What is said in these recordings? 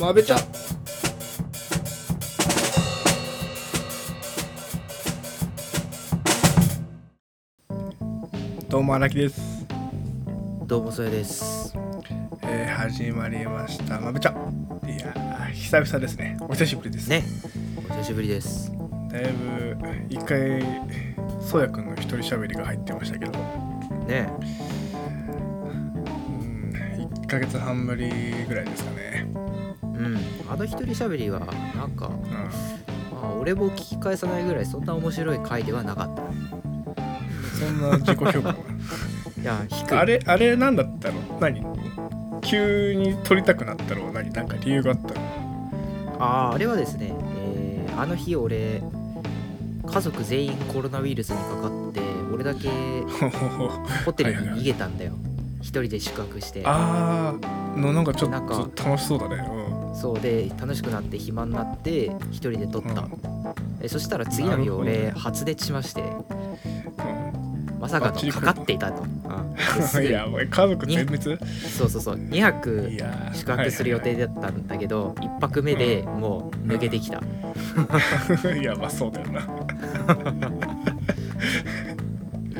まべちゃどうも荒木です、どうもそれです。えー、始まりましたまべちゃいやー久々ですねお久しぶりですね、お久しぶりです。だいぶ一回そうやくんの一人喋りが入ってましたけどね、うん1ヶ月半ぶりぐらいですかねうん、あの一人喋りはなんか、うんまあ、俺も聞き返さないぐらいそんな面白い回ではなかった。そんな自己評価いや、低い。あれあれなんだったの何急に撮りたくなったろう何なんか理由があったのあーあれはですね、えーあの日俺家族全員コロナウイルスにかかって俺だけほほほホテルにはいはいはい逃げたんだよ。一人で宿泊し てあーのなんかちょっなんかと楽しそうだねそうで楽しくなって暇になって一人で撮った、えそしたら次の日な俺る発熱しましてうん、まさかのかかっていたと、うんですうん、ぐいやお前家族全滅そうそうそう2泊いやー宿泊する予定だったんだけど、一1泊目でもう抜けてきた、はいはいはい いやまあそうだよない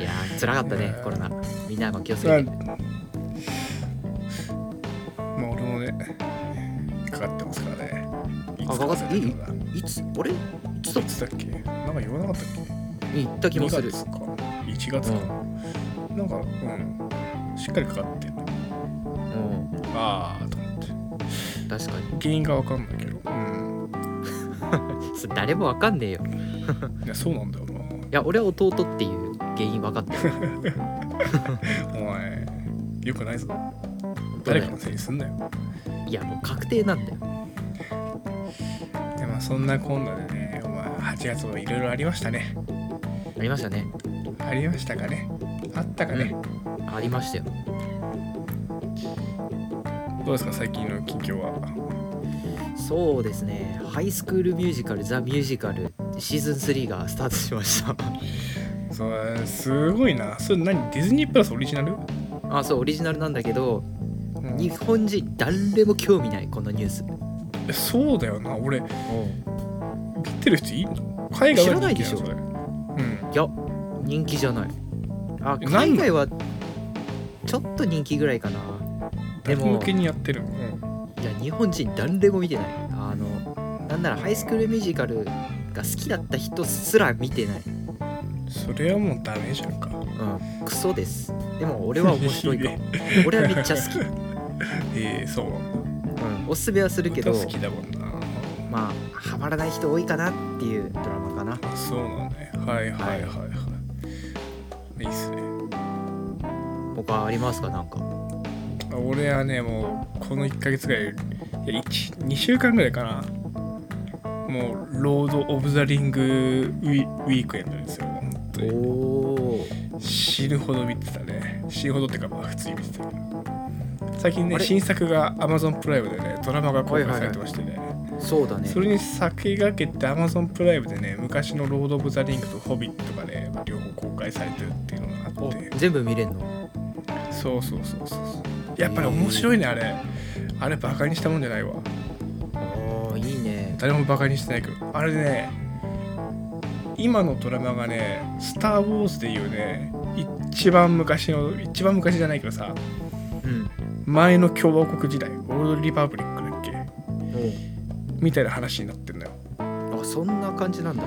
やー辛かったいねやーコロナみんなも気をつなけてまあ俺もねかかってますからねいあかかかっていいかかいつあれいつだいつだっけなんか言わなかったっけに行った気もす2る月か1月か、なんかうんしっかりかかってるうんああと思って確か原因がわかんないけどうんにそれ誰もわかんねえよいやそうなんだよないや俺は弟っていう原因分かって るお前よくないぞ本当だ誰よかのせいにすんなよいやもう確定なんだよでまあそんなこんなでね、まあ、8月もいろいろありましたねありましたねありましたかねあったかね、ありましたよどうですか最近の近況はそうですねハイスクールミュージカルザ・ミュージカルシーズン3がスタートしました それすごいなそれ何ディズニープラスオリジナル、あそうオリジナルなんだけどうん日本人誰も興味ないこのニュースえそうだよな俺見てる人いいの海外は人気知らないでしょのそれうんいや人気じゃないあえなん海だ外はちょっと人気ぐらいかな誰でも向けにやってるの、うんいや日本人誰も見てないあのなんならハイスクールミュージカルが好きだった人すら見てない、それはもうダメじゃんかうん、クソですでも俺は面白いか いいも俺はめっちゃ好き、うん、ええそう おすすめはするけど歌好きだもんなまあハマらない人多いかなっていうドラマかなあそうなんだねはいはいはいはい、い、いっすね他ありますかなんか俺はねもうこの1ヶ月ぐらいいや2週間ぐらいかなもうロード・オブ・ザ・リングウィウィークエンドですよ本当おにお死ぬほど見てたね死ぬほどってかまあ普通に見てたけど最近あねれ新作が Amazon プライムでねドラマが公開されてましてね、そうだねそれに先駆けて Amazon プライムでね昔の「ロード・オブ・ザ・リング」と「ホビット」がね両方公開されてるっていうのがあおって全部見れんのそうそうそうそうそうやっぱり面白いねあれあれバカにしたもんじゃないわああいいね誰もバカにしてないけどあれね今のドラマがね「スター・ウォーズ」でいうね一番昔の一番昔じゃないけどさうん前の共和国時代オールド・リパブリックだっけみたいな話になってんのよあそんな感じなんだ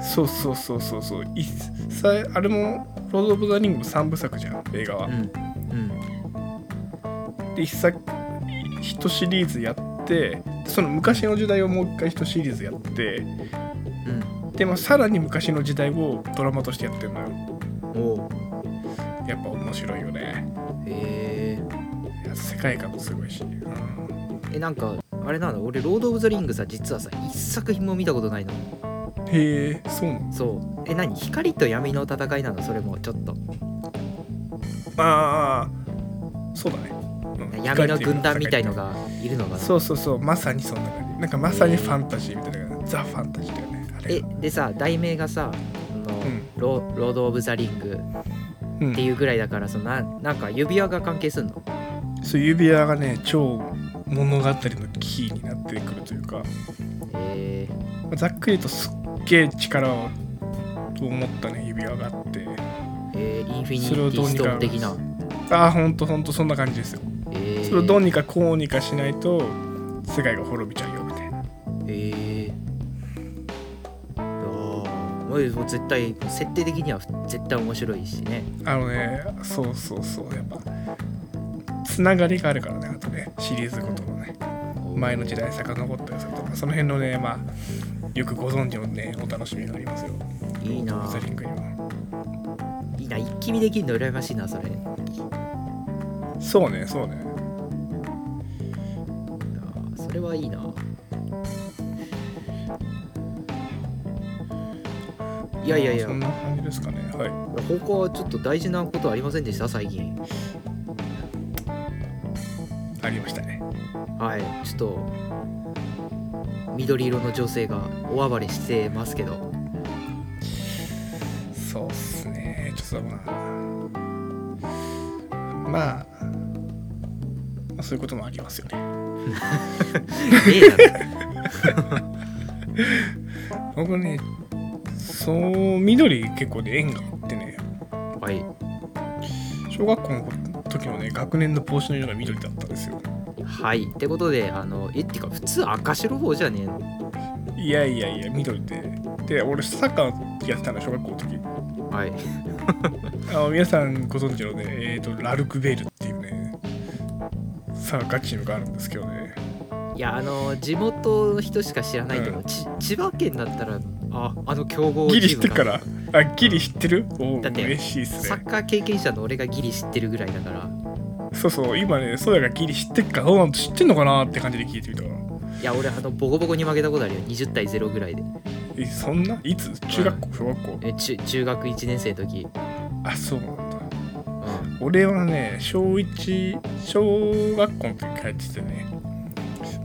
そうそうそうそうそういさあれも「ロード・オブ・ザ・リング」も3部作じゃん映画は、うんうんで一作一シリーズやってその昔の時代をもう一回一シリーズやってうんで、まあ、さらに昔の時代をドラマとしてやってるのよおおやっぱ面白いよねへーいや世界観もすごいし、うんえなんかあれなんだ俺ロード・オブ・ザ・リングさ実はさ一作品も見たことないのへえそうなのそうえ何光と闇の戦いなのそれもちょっとああそうだね、うん闇の軍団みたいのがいるのかなそうそうそうまさにそんな感じなんかまさにファンタジーみたいな感じザ・ファンタジーだよねあれえがでさ題名がさあの、うんロロード・オブ・ザ・リングうってんいうぐらいだからそのななんか指輪が関係すんのそう指輪がね超物語のキーになってくるというか、えー、まあざっくり言うとすっげえ力を持ったね指輪があってえー、インフィニそれをテどうィスにトかーン的な、ああほんとほんとそんな感じですよえー、それをどうにかこうにかしないと世界が滅びちゃうよみたいなええー、いやーもう絶対設定的には絶対面白いしねあのねそうそうそうやっぱつながりがあるからねあとねシリーズごとのね前の時代遡ったりするとかその辺のねまあよくご存知のねお楽しみがありますよいいなオブザリぁングにはいいな一気見できるの羨ましいなそれいやそうねそうねーそれはいいなぁいやいやいやまあそんな感じですかねはい他はちょっと大事なことありませんでした最近ありましたねはいちょっと緑色の女性が大暴れしてますけど そうっすねちょっとまあまあまあそういうこともありますよねねえだろ僕ねそう緑結構で縁があってねはい小学校の時のね学年の帽子の色が緑だったんですよはいってことであのえってか普通赤白帽じゃねえのいやいやいや緑でで俺サッカーやってたの小学校の時はいあの皆さんご存知のねえっ、とラルクベールっていうねサッカーチームがあるんですけどねいやあの地元の人しか知らないけど、ち千葉県だったらああの強豪チギリー知っムてるからあギリ知ってるおおだって嬉しいっすサねッカー経験者の俺がギリ知ってるぐらいだからそうそう今ねソヤがギリ知ってっからどうなん知ってんのかなって感じで聞いてみたからいや俺あのボコボコに負けたことあるよ20対0ぐらいでえそんないつ中学校小学校え中中学1年生の時、あそうなんだうん、俺はね小1小学校の時帰っててね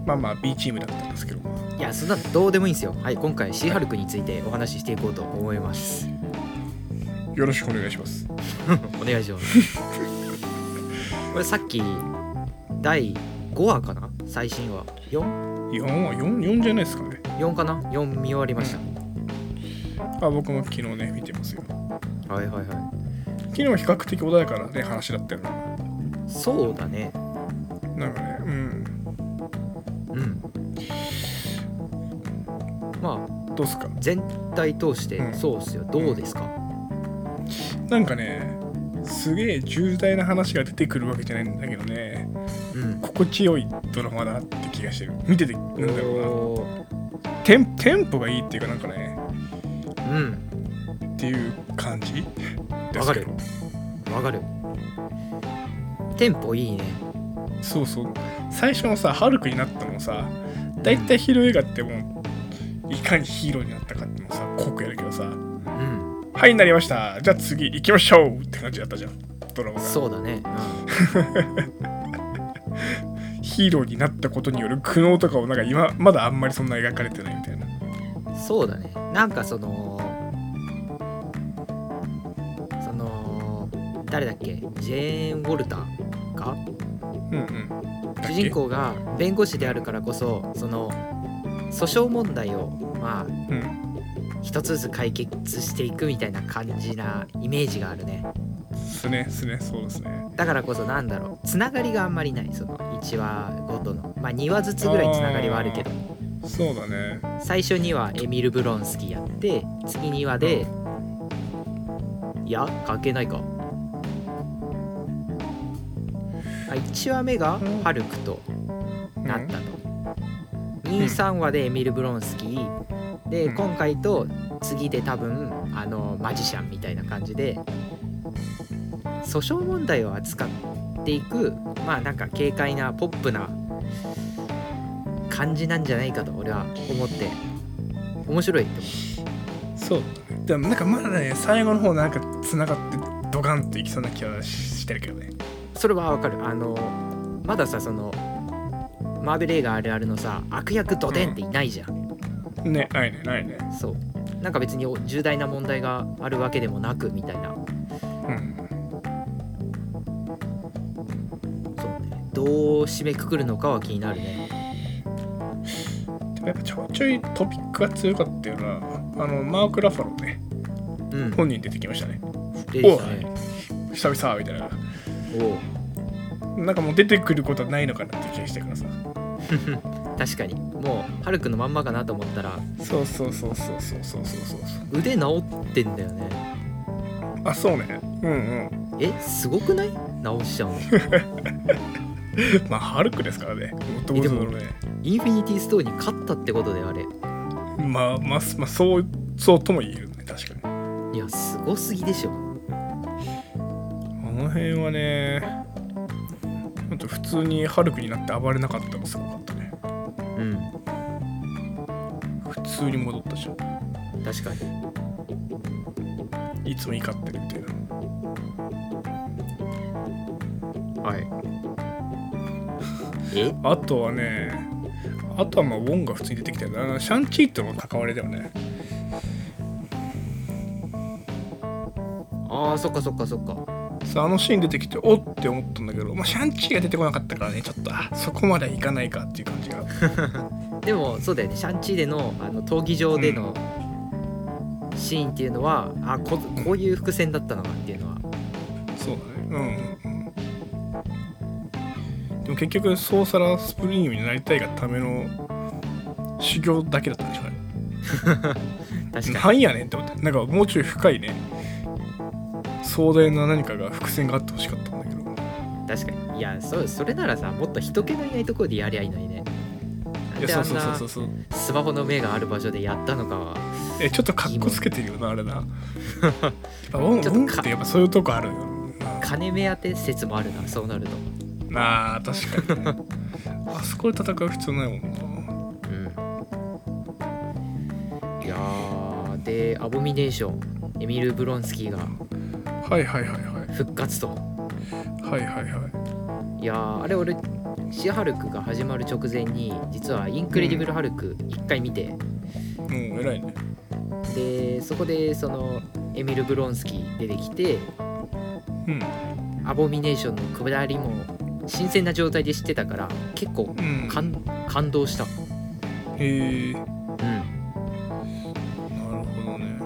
まあまあ B チームだったんですけどもいやそんなのどうでもいいんですよはい今回シーハルクについてお話ししていこうと思います よろしくお願いしますお願いしますこれさっき第5話かな最新話 4?4 4は44じゃないですかねかな4見終わりましあ僕も昨日ね見てますよたはいはいはい昨日は比較的穏やかなね話だったよなそうだねなんかねうんうんまあどうっすか全体通してうんそうっすよ、どうですか、なんかねすげえ重大な話が出てくるわけじゃないんだけどねうん、心地よいドラマだって気がしてる見ててなんだろおうなテンテンポがいいっていうかなんかねーうんっていう感じわかるわかるテンポいいねそうそう最初のさハルクになったのもさ大体ヒーロー映画ってもういかにヒーローになったかってもさ濃くやるけどさ「うんはいなりましたじゃあ次行きましょう!」って感じだったじゃんドラマがそうだね、ヒーローになったことによる苦悩とかをなんか今まだあんまりそんな描かれてないみたいなうん、そうだねなんかそのその誰だっけジェーン・ウォルターかうんうんだっけ主人公が弁護士であるからこそその訴訟問題をまあうん一つずつ解決していくみたいな感じなイメージがあるねすねすねそうですねだからこそなんだろうつながりがあんまりないその1話ごとのまあ2話ずつぐらいつながりはあるけどそうだね最初にはエミル・ブロンスキやって次2話でいや関係ないかあ1話目がうんハルクとうんなったと、23話でエミル・ブロンスキーでうん今回と次で多分あのマジシャンみたいな感じで訴訟問題を扱っていくまあなんか軽快なポップな感じなんじゃないかと俺は思って面白いってそうだねでもなんかまだね最後の方なんかつながってドカンっていきそうな気はししてるけどねそれはわかるあのまださそのマーベル映画あるあるのさ悪役ドデンっていないじゃんねないねないねそうなんか別に重大な問題があるわけでもなくみたいなうんそうねどう締めくくるのかは気になるねでもやっぱちょいちょいトピックが強かったよなあのマーク・ラファローねうん本人出てきましたねでですね久々みたいなおうなんかもう出てくることはないのかなって気がしてからさ確かにもうハルくんのまんまかなと思ったらそうそうそうそうそうそうそうそう腕治ってんだよねあそうねうんうん えすごくない治しちゃうのまあハルクですからねどうえぞでもねインフィニティストーンに勝ったってことであれまあまあ、まあ、そうそうとも言えるね確かにいやすごすぎでしょあの辺はねほんと普通にハルクになって暴れなかったのすごかったねうん普通に戻ったじゃん確かにいつも怒ってるみたいなはいえあとはねあとはまあウォンが普通に出てきたよなシャンチーとの関わりだよねあーそっかそっかそっかさああのシーン出てきておって思ったんだけど、まあ、シャンチーが出てこなかったからねちょっとあそこまではいかないかっていう感じがでもそうだよねシャンチーでのあの闘技場でのシーンっていうのは、あここういう伏線だったのかっていうのはそうだねうんうんうんでも結局ソーサラースプリングになりたいがための修行だけだったんでしょうね確かなんやねんって思ってなんかもうちょい深いね壮大な何かが伏線があってほしかったんだけどに確かにいやそそれならさもっと人気のいないところでやりゃいいのにねなんいやでそあうそんうそうなそうそうスマホの目がある場所でやったのかはえちょっとかっこつけてるよなあれなやっぱウォンちょっとかウォンってやっぱそういうとこあるよ金目当て説もあるなそうなるとなあ確かに、ね、あそこで戦う必要ないもんなうんいやーでアボミネーションエミル・ブロンスキーがはいはいはいはい復活とはいはいはいいやーあれ俺シハルクが始まる直前に実は「インクレディブル・ハルク」1回見て、もう偉いねでそこでそのエミル・ブロンスキー出てきてうんアボミネーションのくだりも新鮮な状態で知ってたから結構うん感感動した、へえうん、なるほどね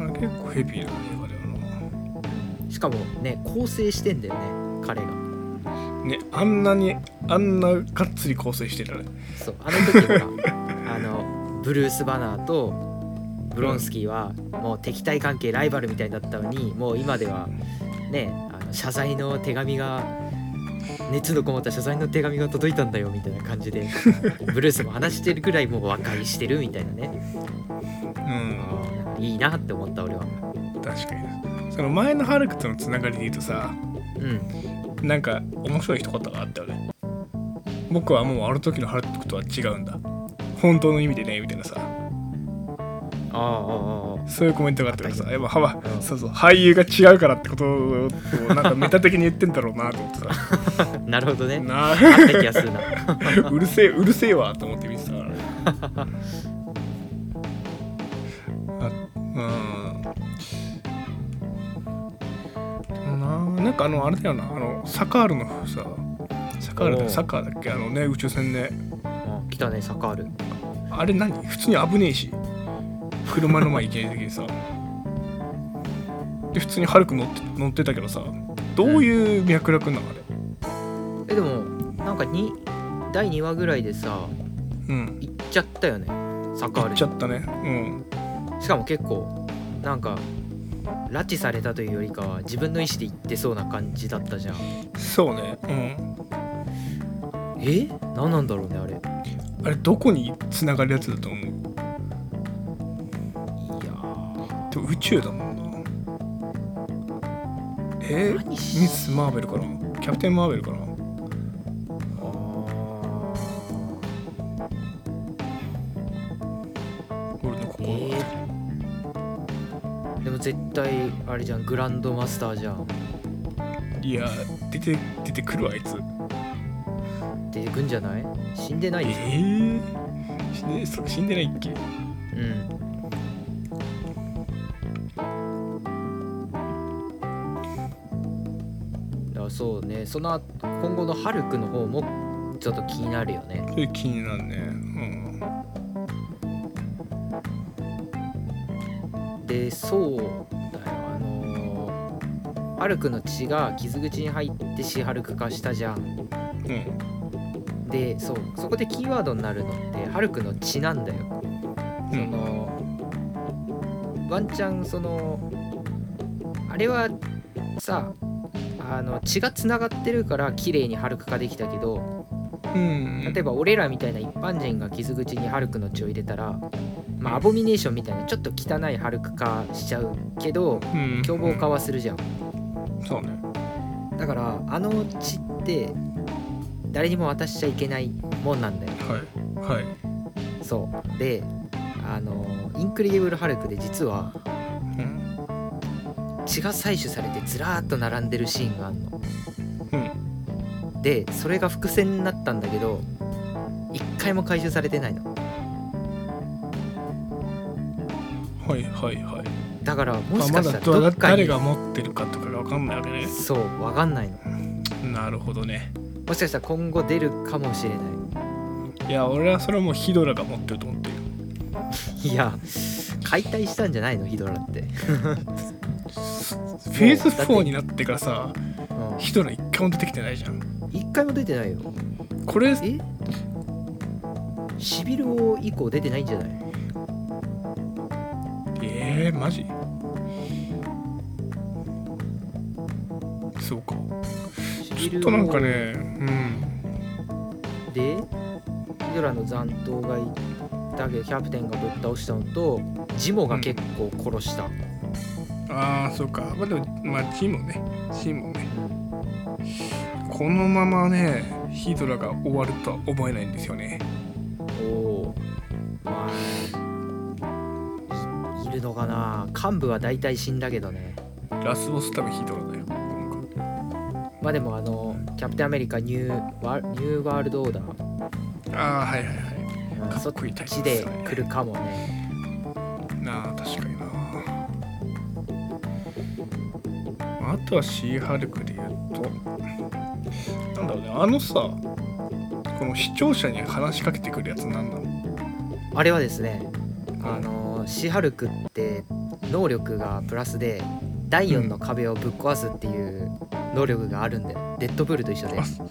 あれ結構ヘビーな映画だよしかもね構成してんだよね彼がなねあんなにあんながっつり構成してたねそうあの時ほらあのブルース・バナーとブロンスキーはもう敵対関係ライバルみたいだったのにもう今ではねあの謝罪の手紙が熱のこもった謝罪の手紙が届いたんだよみたいな感じ でブルースも話してるぐらいもう和解してるみたいなねうんいいなって思った俺は確かにその前のハルクとのつながりで言うとさうんなんか面白い一言があったよね僕はもうあの時のハルクとは違うんだ本当の意味でねみたいなさあああそういうコメントがあったからさやっぱ幅うんそうそう俳優が違うからってことをなんかメタ的に言ってんだろうなと思ってさ ああなるほどねなああった気がするな うるせえうるせえわと思って見てたからねあうんななんかあのあれだよなあのサカールのさサカールおだうサッカーだっけあのね宇宙船ねあ来たねサカールあれ何普通に危ねえし車の前行けない時にさで普通にハルク乗って乗ってたけどさどういう脈絡なのあれえでもなんかに第2話ぐらいでさうん行っちゃったよねサカ行っールちゃったねうんしかも結構なんか拉致されたというよりかは自分の意思で行ってそうな感じだったじゃんそうねうんえ何なんだろうねあれいやあれどこに繋がるやつだと思うーでも宇宙だもんなえー、何ミしス・マーベルかなキャプテン・マーベルかなあー俺の心は、えーでも絶対あれじゃんグランドマスターじゃんいや出て出てくるわあいつ出てくんじゃない死んでなえいよー、死んでそ死んでないっけうんだからそうねその今後のハルクの方もちょっと気になるよねそれ気になるねうんでそうだよあのーハルクの血が傷口に入ってシハルク化したじゃんうんでそうそこでキーワードになるのってハルクの血なんだようそんのワンチャンそのあれはさあの血がつながってるから綺麗にハルク化できたけどうん例えば俺らみたいな一般人が傷口にハルクの血を入れたら、まあ、アボミネーションみたいなちょっと汚いハルク化しちゃうけどうん凶暴化はするじゃんそうねだからあの血って誰にも渡しちゃいけないもんなんだよはいはいそうであのインクレディブル・ハルクで実はうん血が採取されてずらーっと並んでるシーンがあるのうんでそれが伏線になったんだけど一回も回収されてないのはいはいはいだからもまあしまかしだたらどっか誰にが持ってるかとかが分かんないわけねそうわかんないのなるほどねもしかしたら今後出るかもしれないや俺はそれはもうヒドラが持ってると思ってるいいや解体したんじゃないのヒドラって、フェーズもうだって4になってからさうんヒドラ一回も出てきてないじゃん一回も出てないよこれえシビル王以降出てないんじゃないえー、マジそうかシちビょっルと王なんかねうんでヒドラの残党がいたけどキャプテンがぶっ倒したのとジモが結構殺した、ああそうかまあでもまあチームねチームねうんこのままねヒドラが終わるとは思えないんですよねおおまあいいるのかな幹部は大体死んだけどねラスボス多分ヒドラだよ今回まあでもあのキャプテンアメリカニューワニューワールドオーダーああはいはいはいうんかそっっこいいタイプちでですよね来るかもねなあ確かになあとはシーハルクで言うとなんだろうねあのさこの視聴者に話しかけてくるやつなんなのあれはですねんあのシハルクって能力がプラスで第4の壁をぶっ壊すっていう能力があるんでデッドプールと一緒であそ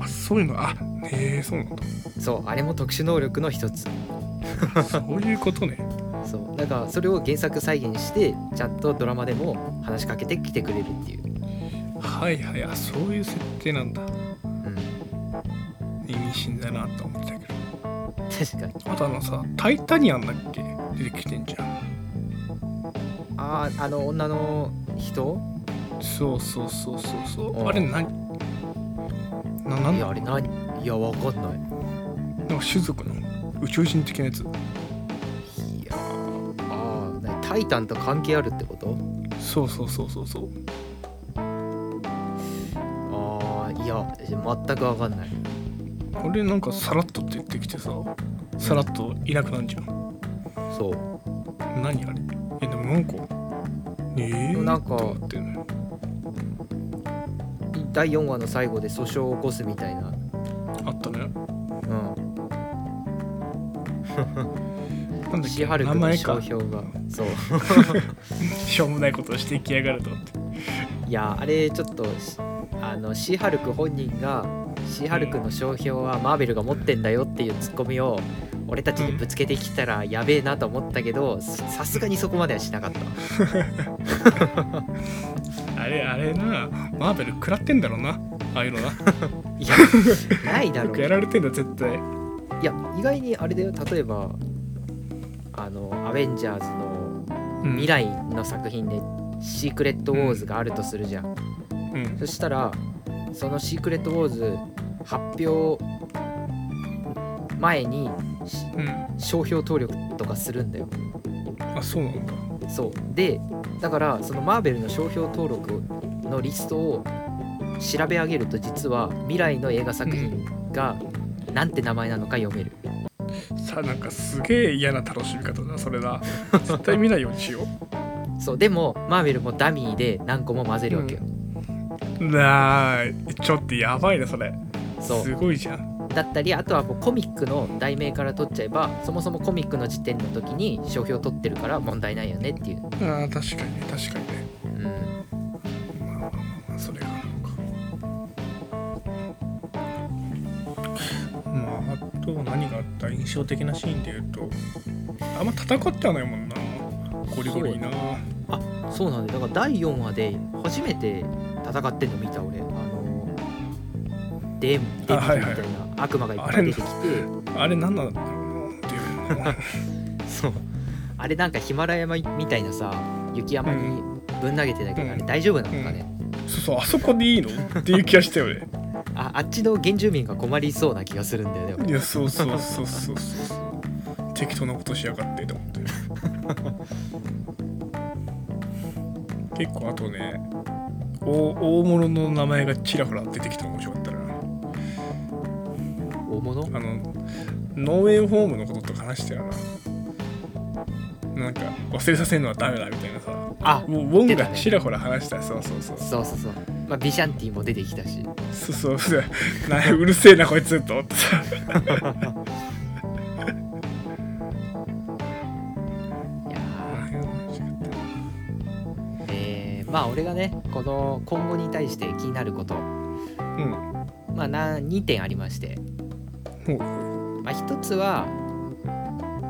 あそういうのあへえそうなんだそうあれも特殊能力の一つそういうことねそうだからそれを原作再現してちゃんとドラマでも話しかけてきてくれるっていう、はいはいあそういう設定なんだうん、意味深だなと思ってたけど確かにあとあのさ「タイタニアン」だっけ出てきてんじゃんあああの女の人そうそうそうそうそううんあれ何ななんいやだあれ何いやわかんないなんか種族の宇宙人的なやついやーあーなにタイタンと関係あるってことそうそうそうそうそうああいや全くわかんないこれなんかさらっとって言ってきてささらっといなくなんじゃんそう何あれえでもなんかええー、なんかと思ってね第4話の最後で訴訟を起こすみたいな、あったねうなんん、だっシけハル名クの前商か標がそう しょうもないことをしてきやがると思っていやあれちょっとしあのシハルク本人がシハルクの商標はマーベルが持ってんだよっていうツッコミを俺たちにぶつけてきたらやべえなと思ったけどささすがにそこまではしなかったあれあれなマーベル食らってんだろうなああいうのない やないだよろうくやられてんだ絶対いや意外にあれだよ例えばあの「アベンジャーズ」の未来の作品で「シークレット・ウォーズ」があるとするじゃんうんそしたらその「シークレット・ウォーズ」発表前にしうん商標登録とかするんだよあそうなんだそうでだからそのマーベルの商標登録のリストを調べ上げると実は未来の映画作品がなんて名前なのか読めるさなんかすげえ嫌な楽しみ方だそれな絶対見ないようにしようそうでもマーベルもダミーで何個も混ぜるわけよ、なあちょっとやばいなそれそすうごいじゃんだったりあとはこうコミックの題名から取っちゃえばそもそもコミックの時点の時に商標取ってるから問題ないよねっていう、あー確かにね確かにねうん、まあまあまあまあそれがあるのかまああと何があった印象的なシーンで言うとあんま戦ってはないもんなゴリゴリになそうなんだよだから第4話で初めて戦ってんの見た俺あのデーモンデーモンみたいな、はいはい悪魔がいっぱい出てきてあれ何なんだろうなっていうのはそうあれなんかヒマラヤみたいなさ雪山にぶん投げてたけど、うんあれ大丈夫なのかね、そうそうあそこでいいのっていう気がしたよ ねああっちの原住民が困りそうな気がするんだよねいやそうそうそうそうそう適当なことしやがってと思って結構あとねお大物の名前がちらほら出てきたの面白かったな大物あのノーウェイホームのこととか話してるななんか忘れさせるのはダメだみたいなさウあォウォン出たがねちらほら話したそうそうそうそうそうそうまあビシャンティも出てきたしそうそうそうなうるせえなこいつと思ってさいやーえーまあ俺がねこの今後に対して気になることうんまあな2点ありまして、ほうほまあ、1つは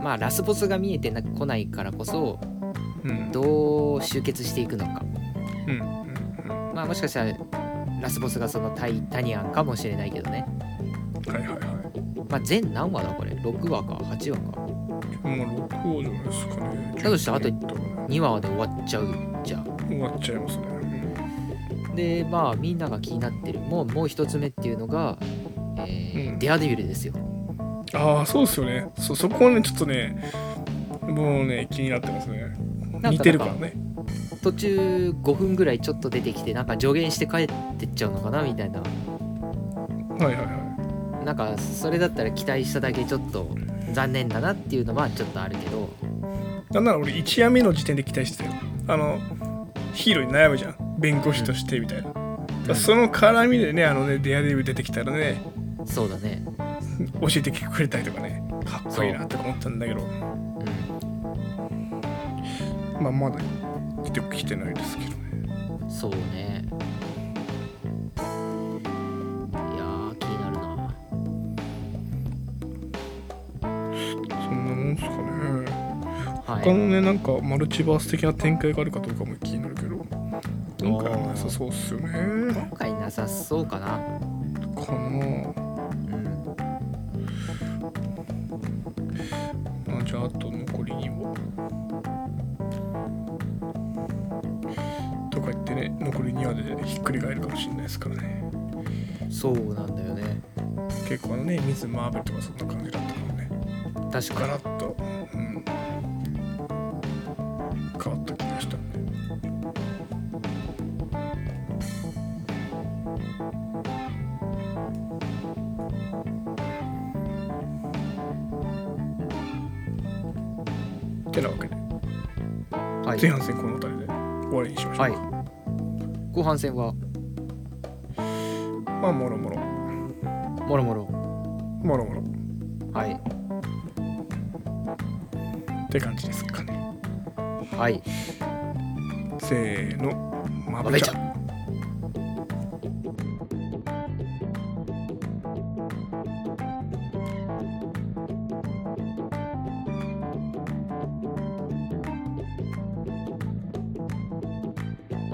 まあラスボスが見えてなこないからこそううんどう集結していくのかうんうんまあもしかしたらラスボスがそのタイタニアンかもしれないけどね、うんはいはいはいまあ、全何話だこれ6話か8話かもう6号じゃないですかねだとしたらあと終2話で終わっちゃうじゃんわっちゃいますねでまあみんなが気になってるもうもう一つ目っていうのが、えーうんデアデビルですよああそうですよねそそこはねちょっとねもうね気になってますねか似てるからね途中5分ぐらいちょっと出てきてなんか助言して帰ってっちゃうのかなみたいなはいはいはいなんかそれだったら期待しただけちょっと残念だなっていうのはちょっとあるけどなんなら俺1夜目の時点で期待してたよあのヒーローに悩むじゃん弁護士としてみたいな、うんその絡みでねあのねデアデビル出てきたらねそうだね教えてくれたりとかねかっこいいなとか思ったんだけどまあまだ来てきてないですけどねうんそうねいやー気になるなそんなもんすかねは他いのねなんかマルチバース的な展開があるかどうかも気になるけど今回はなさそうっすよね今回なさそうかなかなうんあじゃああと残り2話とか言ってね残り2話でひっくり返るかもしれないですからねそうなんだよね結構あのね水マーベルとかそんな感じだったからね確ガかラッと、うん、変わった気がしたんでてなわけでに、はい前半戦この辺りで終わりにしましょうはいか、後半戦はまあもろもろもろもろもろもろはいって感じですかねはいせーのままぶぶちちゃゃん